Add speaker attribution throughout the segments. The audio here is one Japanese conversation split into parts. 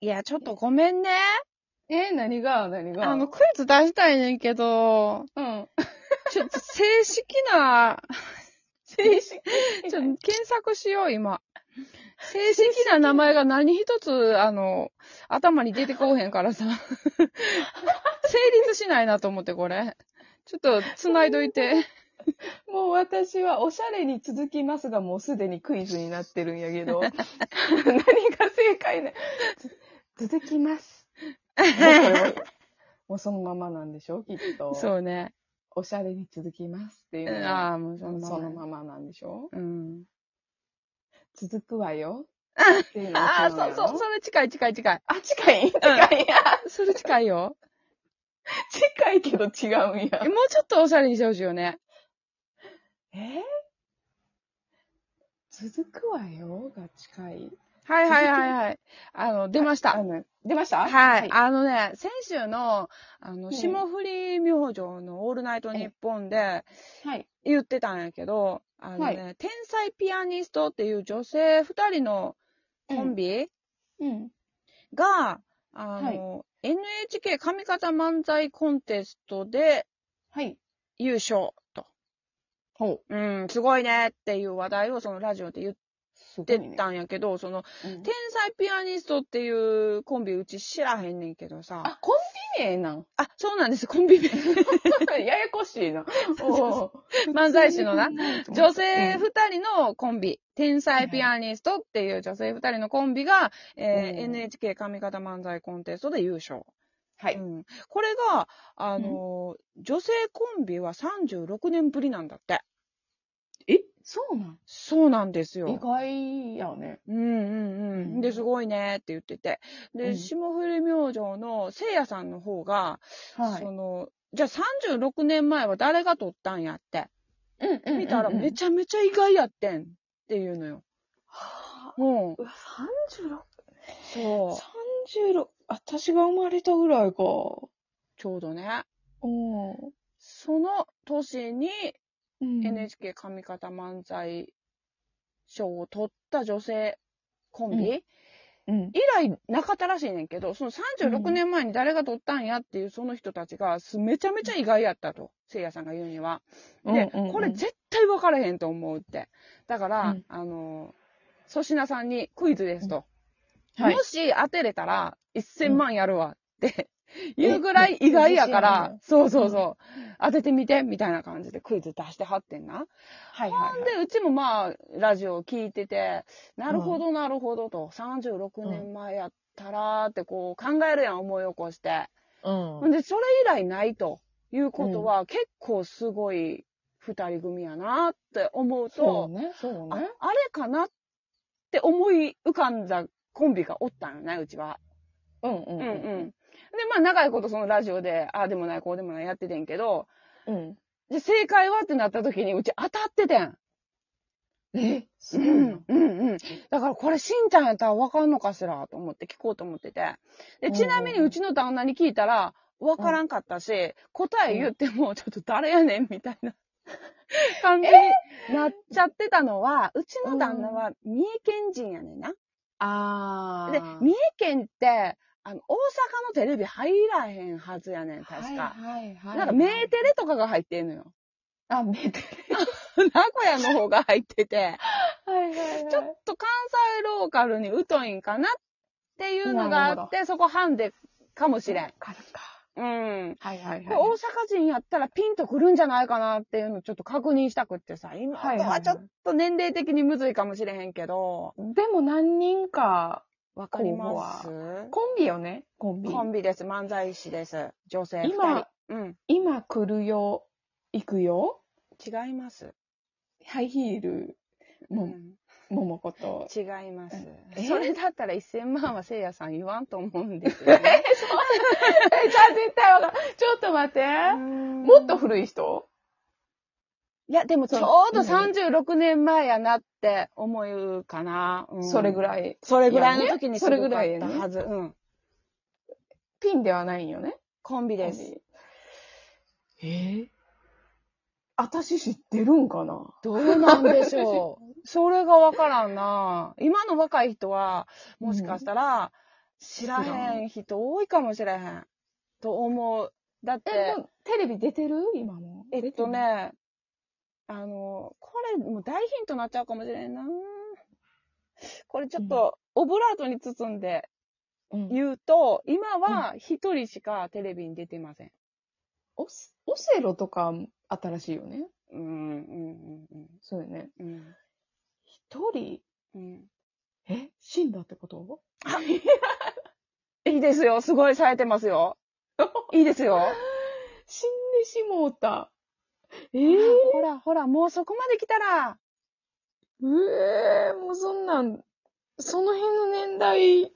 Speaker 1: いや、ちょっとごめんね。
Speaker 2: え、何が何が
Speaker 1: あの、、クイズ出したいねんけど、
Speaker 2: うん。
Speaker 1: ちょっと正式 な、
Speaker 2: 正
Speaker 1: ちょ
Speaker 2: 式。
Speaker 1: っと検索しよう、今。正式な名前が何一つ、あの、頭に出てこうへん からさ。成立しないなと思って、これ。ちょっと、繋いどいて。
Speaker 2: もう私はおしゃれに続きますが、もうすでにクイズになってるんやけ ど。何が正解ね。つ続きます。もうこれももうそのままなんでしょきっと。う。
Speaker 1: そうね。
Speaker 2: おしゃれに続きますっていうのは
Speaker 1: ああ、もうそ
Speaker 2: そ
Speaker 1: のまま。
Speaker 2: のままなんでしょ
Speaker 1: うん。
Speaker 2: 続くわ よ。っていうの
Speaker 1: あ
Speaker 2: が
Speaker 1: あ、
Speaker 2: 違んや
Speaker 1: そう
Speaker 2: ろ
Speaker 1: そう、それ近い近い近い。
Speaker 2: あ、近い近い。
Speaker 1: それ近いよ。
Speaker 2: 近いけど違うんや
Speaker 1: え。もうちょっとおしゃれにしてほしいよね。
Speaker 2: え続くわよが近い。
Speaker 1: はいはいはいはい。あの、出まし
Speaker 2: あ
Speaker 1: た。
Speaker 2: の、出ました
Speaker 1: はい。あのね、先週の、あの、
Speaker 2: うん
Speaker 1: 霜降り明星のオールナイトニッポンで
Speaker 2: はい。
Speaker 1: 言ってたんやけど、あのね、
Speaker 2: は
Speaker 1: 天才ピアニストっていう女性二人のコンビ
Speaker 2: うん。
Speaker 1: が、あの、NHK 上方漫才コンテストで
Speaker 2: はい。
Speaker 1: 優勝と。
Speaker 2: ほう。
Speaker 1: うん、すごいねっていう話題をそのラジオで言っ
Speaker 2: すご
Speaker 1: て
Speaker 2: いね。
Speaker 1: たんやけど、その、
Speaker 2: うん
Speaker 1: 天才ピアニストっていうコンビうち知らへんねんけどさ。
Speaker 2: あ、コンビ名なん。
Speaker 1: あ、そうなんです、コンビ名。
Speaker 2: ややこし いな。
Speaker 1: そ
Speaker 2: おー
Speaker 1: 漫才師の な。女性
Speaker 2: うん
Speaker 1: 二人のコンビ、天才ピアニストっていう女性二人のコンビが、えー
Speaker 2: うん
Speaker 1: NHK 上方漫才コンテストで優勝。
Speaker 2: は
Speaker 1: う
Speaker 2: い。
Speaker 1: ん、これが、あのー女性コンビは36年ぶりなんだって。
Speaker 2: えそうなん
Speaker 1: そうなんですよ。
Speaker 2: 意外やね。
Speaker 1: うんうんう。
Speaker 2: うんん
Speaker 1: で、すごいねって言ってて。で、
Speaker 2: うん
Speaker 1: 霜降り明星のせいやさんの方が、そ。の、じゃあ36年前は誰が撮ったんやって。
Speaker 2: うんうんうんうん。
Speaker 1: 見たらめちゃめちゃ意外やってんっていうのよ。
Speaker 2: はあ
Speaker 1: もう
Speaker 2: うわ、36。
Speaker 1: そ
Speaker 2: 36。私が生まれたぐらいか。お
Speaker 1: う。ちょうどね。
Speaker 2: お。
Speaker 1: その年に
Speaker 2: うん
Speaker 1: NHK 上方漫才賞を取った女性コンビ、
Speaker 2: ううん。
Speaker 1: 以来なかったらしいねんけど、その36年前に誰が取ったんやっていうその人たちがすめちゃめちゃ意外やったと。せいやさんが言うには。で、
Speaker 2: うんうんうん
Speaker 1: これ絶対分からへんと思うって。だから、
Speaker 2: うん
Speaker 1: あの、粗品さんにクイズですと。
Speaker 2: はい
Speaker 1: もし当てれたら、1000万やるわっ て、言うぐらい意外やか
Speaker 2: え
Speaker 1: ら
Speaker 2: めっ、
Speaker 1: そうそうそう、当ててみて、みたいな感じでクイズ出してはってんな。
Speaker 2: はいはいはい。
Speaker 1: で、うちもまあ、ラジオ聞いてて、なるほどなるほどと、36年前やったらってこう考えるやん、思い起こして。
Speaker 2: うん
Speaker 1: ほんで、それ以来ないということは、結構すごい二人組やなって思う
Speaker 2: そう
Speaker 1: と、
Speaker 2: ね、そう
Speaker 1: ああ
Speaker 2: ね
Speaker 1: れ。かなって思い浮かんだコンビがおったんよね、うちは。
Speaker 2: うんう
Speaker 1: うん
Speaker 2: ん
Speaker 1: うん。で、まあ、長いことそのラジオで、ああでもない、こうでもないやっててんけど、
Speaker 2: うん。
Speaker 1: で、正解はってなった時に、うち当たっててん。
Speaker 2: え、す
Speaker 1: う
Speaker 2: ごいな。
Speaker 1: ん、うん、うん。だからこれ、しんちゃんやったらわかんのかしらと思って聞こうと思ってて。で、ちなみにうちの旦那に聞いたら、わからんかったし、答え言っても、ちょっと誰やねんみたいな感じになっちゃってたのは、うちの旦那は三重県人やねんな。
Speaker 2: あ
Speaker 1: で、三重県って、あの、大阪のテレビ入らへんはずやねん、確か。
Speaker 2: はいは
Speaker 1: なんか、メーテレとかが入ってんのよ。
Speaker 2: あ、メーテ
Speaker 1: 名古屋の方が入ってて、
Speaker 2: ル。はいはいはい。
Speaker 1: ちょっと関西ローカルに疎いんかなっていうのがあって、そこハンデかもしれん。
Speaker 2: からか。
Speaker 1: うん。
Speaker 2: はいはい
Speaker 1: これ大阪人やったらピンとくるんじゃないかなっていうのをちょっと確認したくってさ、今
Speaker 2: はいはいは
Speaker 1: はいちょっと年齢的にむずいかもしれへんけど、
Speaker 2: でも何人か、
Speaker 1: わかります
Speaker 2: コンビよね、コンビ。
Speaker 1: コンビです。漫才師です。女性二人。
Speaker 2: 今、
Speaker 1: うん。
Speaker 2: 今来るよ、行くよ、
Speaker 1: 違います。
Speaker 2: ハイヒール、
Speaker 1: う
Speaker 2: も、
Speaker 1: ん。
Speaker 2: も もこと。
Speaker 1: 違います
Speaker 2: え。
Speaker 1: それだったら1000万はせいやさん言わんと思うんですよ、ね。
Speaker 2: え、じゃあ絶対わかんちょっと待って。も
Speaker 1: も
Speaker 2: っと古い人
Speaker 1: いや、でもちょうど36年前やなって思うかな。うん
Speaker 2: それぐら
Speaker 1: い。
Speaker 2: い。
Speaker 1: それぐらいの時
Speaker 2: いやね
Speaker 1: に
Speaker 2: それぐらいや
Speaker 1: す
Speaker 2: ね
Speaker 1: ごかったはず。うん。
Speaker 2: ピンではないんよね。
Speaker 1: コンビで
Speaker 2: コン
Speaker 1: す。
Speaker 2: ビ。えー私知ってるんかな
Speaker 1: どうなんでし ょう。それがわからんな。今の若い人は、もしかしたら、知らへん人多いかもしれへん。と思う。だっ
Speaker 2: え、
Speaker 1: て、
Speaker 2: もうテレビ出てる今も。
Speaker 1: えっと
Speaker 2: 出てない。
Speaker 1: ね、あの、これ、もう大ヒントになっちゃうかもしれんな。これちょっと、オブラートに包んで
Speaker 2: うん、
Speaker 1: 言うと、今は一人しかテレビに出てません。
Speaker 2: オスオセロとか新しいよね。
Speaker 1: うん、うん、うん、
Speaker 2: そうよね。
Speaker 1: うんうん。
Speaker 2: 一人、
Speaker 1: うん。
Speaker 2: え死んだってこと
Speaker 1: いいですよ。すごい冴えてます よ。いいですよ。
Speaker 2: 死んでしもうた。え
Speaker 1: ほらほ
Speaker 2: ー、
Speaker 1: ら、ほら、もうそこまで来たら、
Speaker 2: うえー、もうそんなん、その辺の年代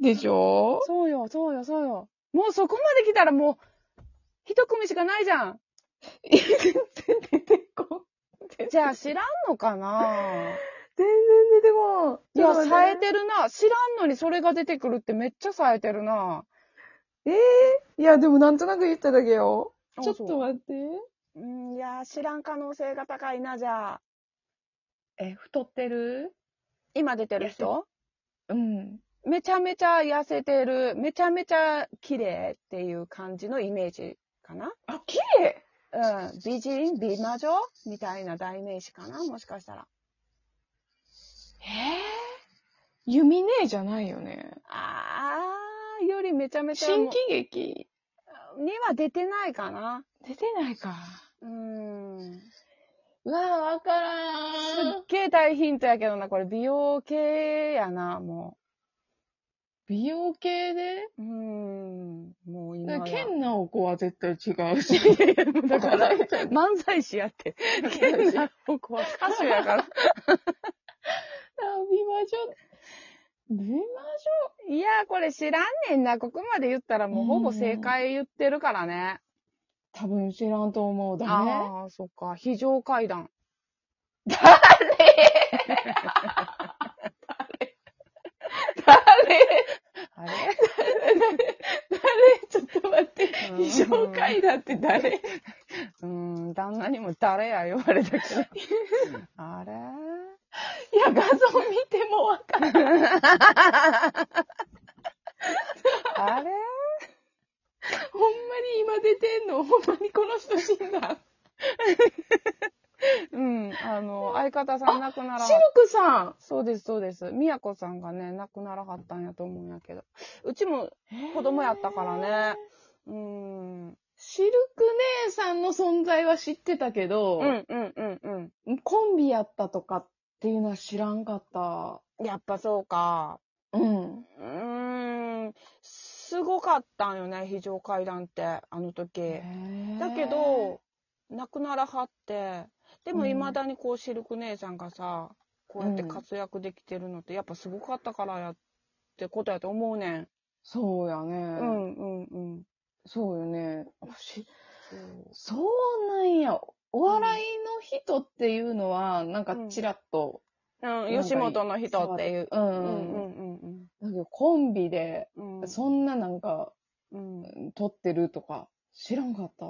Speaker 2: でしょ
Speaker 1: そうよ、そうよ、そうよ。もうそこまで来たらもう、一組しかないじゃん。
Speaker 2: え全然出てこん。
Speaker 1: じゃあ知らんのかな
Speaker 2: 全然出てこん。
Speaker 1: いや、冴えてるな。知らんのにそれが出てくるってめっちゃ冴えてるな。
Speaker 2: えー、いや、でもなんとなく言っただけよ。
Speaker 1: あ
Speaker 2: ちょっと待って。
Speaker 1: そううん、いや、知らん可能性が高いな、じゃあ。
Speaker 2: え、太ってる
Speaker 1: 今出てる人
Speaker 2: うん。
Speaker 1: めちゃめちゃ痩せてる、めちゃめちゃ綺麗っていう感じのイメージかな。
Speaker 2: あ、綺麗
Speaker 1: うん、美人、美魔女みたいな代名詞かな、もしかしたら。
Speaker 2: えー、弓姉じゃないよね。
Speaker 1: あー、よりめちゃめちゃもう。
Speaker 2: 新喜劇
Speaker 1: には出てないかな。
Speaker 2: 出てないか。
Speaker 1: うーん。
Speaker 2: うわぁ、わか
Speaker 1: す
Speaker 2: ら
Speaker 1: っ。げえ大ヒントやけどな、これ美容系やな、も
Speaker 2: 美容系で
Speaker 1: う。うーん。もう今や
Speaker 2: だから剣の子は絶対違う し。
Speaker 1: だから、漫才師やって。剣な僕は歌手やから。
Speaker 2: 美魔女、美魔
Speaker 1: いやー、これ知らんねんな。ここまで言ったらもうほぼ正解言ってるからね。
Speaker 2: 多分知らんと思う。だね。
Speaker 1: ああ、そっか。非常階段。
Speaker 2: 誰
Speaker 1: あれ
Speaker 2: ちょっと待って。非常階段って誰
Speaker 1: うーん、旦那にも誰や言われたけど。あれ
Speaker 2: いや、画像見てもわかんない。
Speaker 1: あれ
Speaker 2: ほんまに今出てんのほんまにこの人死んだ。
Speaker 1: うん、あの、相方さん亡くならはっ
Speaker 2: シルクさん。
Speaker 1: そうです、そうです。みやこさんがね、亡くならはったんやと思うんやけど。うちも、子供やったからね。うーん。うん、
Speaker 2: シルク姉さんの存在は知ってたけど、
Speaker 1: うん、うん、うん。
Speaker 2: コンビやったとかっていうのは知らんかった。
Speaker 1: やっぱそうか。
Speaker 2: うん。
Speaker 1: うーん。すごかったんよね、非常階段って、あの時。だけど、亡くならはって、でも
Speaker 2: うん
Speaker 1: 未だにこう、シルク姉さんがさ、こうやって活躍できてるのって、やっぱすごかったからやってことやと思うねん。
Speaker 2: そうやね。
Speaker 1: うん、うん、うん。
Speaker 2: そうよね。し
Speaker 1: そう
Speaker 2: そうなんや。お笑いの人っていうのは、なんかちらっと。
Speaker 1: うん、吉本の人っていう。
Speaker 2: う。
Speaker 1: うんんうん
Speaker 2: だけど、コンビで、
Speaker 1: うんうん。
Speaker 2: そんななんか、
Speaker 1: うん。うん
Speaker 2: 撮ってるとか、知らんかった。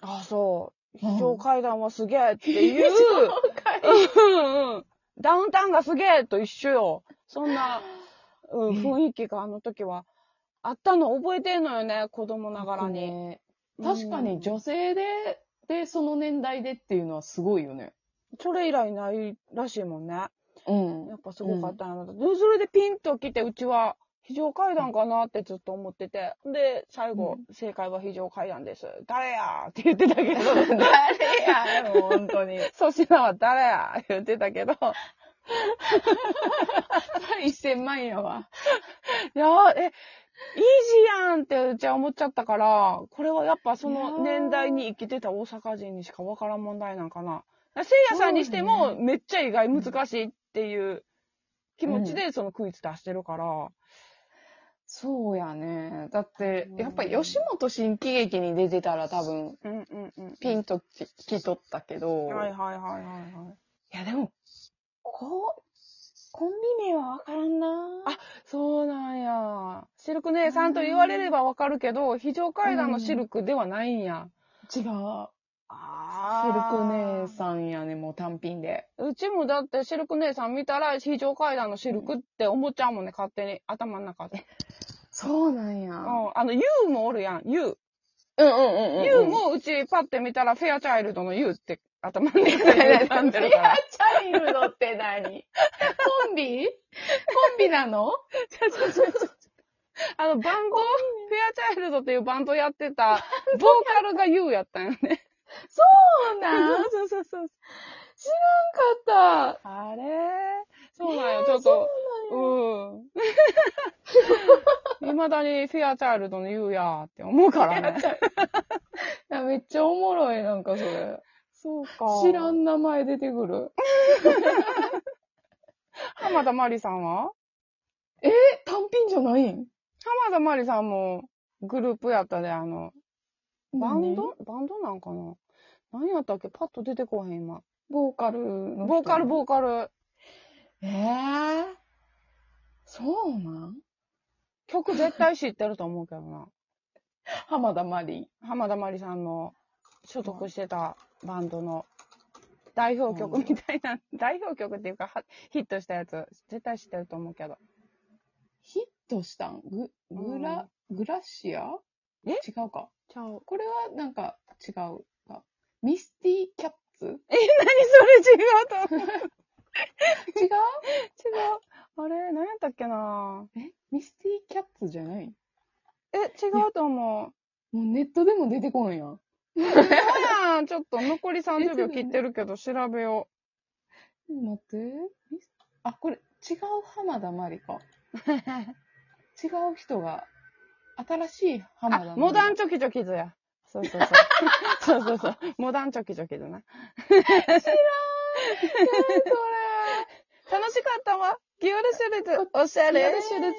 Speaker 1: あ、そう。
Speaker 2: うん。
Speaker 1: 非常階段はすげえっていう
Speaker 2: 紹介
Speaker 1: うんうんダウンタウンがすげえと一緒よ。そんな、うん、
Speaker 2: ね
Speaker 1: 雰囲気があの時はあったの覚えてんのよね、子供ながらに。
Speaker 2: ね確かに
Speaker 1: うん
Speaker 2: 女性で、で、その年代でっていうのはすごいよね。
Speaker 1: それ以来ないらしいもんね。や
Speaker 2: うん。
Speaker 1: っぱすごかったんやろで、それでピンと来て、うちは、非常階段かなってずっと思ってて。で、最後、正解は非常階段です。誰やーって言ってた けど。
Speaker 2: や、もう本当に。
Speaker 1: 粗品は誰や言ってたけど、
Speaker 2: 1000万やわ。
Speaker 1: いやー、え、イージーやんってうちは思っちゃったから、これはやっぱその年代に生きてた大阪人にしかわからん問題なんかな。せいやさんにして
Speaker 2: そ
Speaker 1: も、
Speaker 2: う
Speaker 1: めっちゃ意外難しいっていう気持ちでそのクイズ出してるから。
Speaker 2: そうやね。だって
Speaker 1: う、ん
Speaker 2: やっぱ吉本新喜劇に出てたら多分、
Speaker 1: うんうんうん。
Speaker 2: ピンとききとったけど、
Speaker 1: はいはいはい
Speaker 2: い、
Speaker 1: はいはい。
Speaker 2: やでも、こう、コンビ名はわからんな
Speaker 1: あそうなんや。シルク姉さんと言われればわかるけど、非常階段のシルクではないんや。
Speaker 2: 違う。
Speaker 1: あ
Speaker 2: ルク
Speaker 1: あー
Speaker 2: 姉さんやね、もう単品で。
Speaker 1: うちもだってシルク姉さん見たら、非常階段のシルクって思っちゃうもんね、勝手に。頭の中で。
Speaker 2: そうなんや。
Speaker 1: う。
Speaker 2: うん
Speaker 1: あの、ユウもおるやん、ユウ。
Speaker 2: んうんうん。
Speaker 1: ユウもうちパッて見たら、フェアチャイルドのユウって頭 の中
Speaker 2: フェ
Speaker 1: で
Speaker 2: アチ
Speaker 1: 浮んでるから。
Speaker 2: ャイルドって何コンビコンビなの
Speaker 1: あの、バンド、フェアチャイルドっていうバンドやってた、ボーカルがユウやったんよね。
Speaker 2: そうなん
Speaker 1: そうそうそう。
Speaker 2: 知らんかった。
Speaker 1: あれそうなんよ、
Speaker 2: えー
Speaker 1: ちょっ
Speaker 2: そ
Speaker 1: と。うん。いまだにフェアチャイルドのユウやーって思うからね。
Speaker 2: いやめっちゃおもろい、なんかそれ。
Speaker 1: そうか
Speaker 2: 知らん名前出てくる。
Speaker 1: 浜田まりさんは
Speaker 2: え、単品じゃないん
Speaker 1: 浜田まりさんもグループやったで、あの、バンドバンドなんかな何やったっけパッと出てこへん、今。
Speaker 2: ボーカルの人
Speaker 1: ボーカル、ボーカル。
Speaker 2: えー、そうなん
Speaker 1: 曲絶対知ってると思うけどな。
Speaker 2: 浜田まり。
Speaker 1: 浜田まりさんの所属してたバンドの代表曲みたいな、 代表曲っていうかはヒットしたやつ、絶対知ってると思うけど。
Speaker 2: ヒットしたんググラ、グラシア
Speaker 1: え
Speaker 2: 違うか。
Speaker 1: ちゃう。
Speaker 2: これはなんか違うか。ミスティキャッ ツ
Speaker 1: え、何それ違うと思う。
Speaker 2: 違う
Speaker 1: 違う。あれ、何やったっけな
Speaker 2: えミスティキャッツじゃない
Speaker 1: え、違うと思 う。
Speaker 2: もうネットでも出てこんやん。
Speaker 1: そうやん、ちょっと残り30秒切ってるけど調べよ
Speaker 2: 待って。ミスあ、これ違う浜田まり か。
Speaker 1: う。
Speaker 2: 違う人が、新しい浜田ま
Speaker 1: あ、
Speaker 2: り。
Speaker 1: モダンチョキチョキズや。そうそう そう。そうそうそう。モダンチョキチョキズな。
Speaker 2: それ。
Speaker 1: 楽しかったわ。ギオルシュルズ、おしゃれ。
Speaker 2: ギオルシュルズ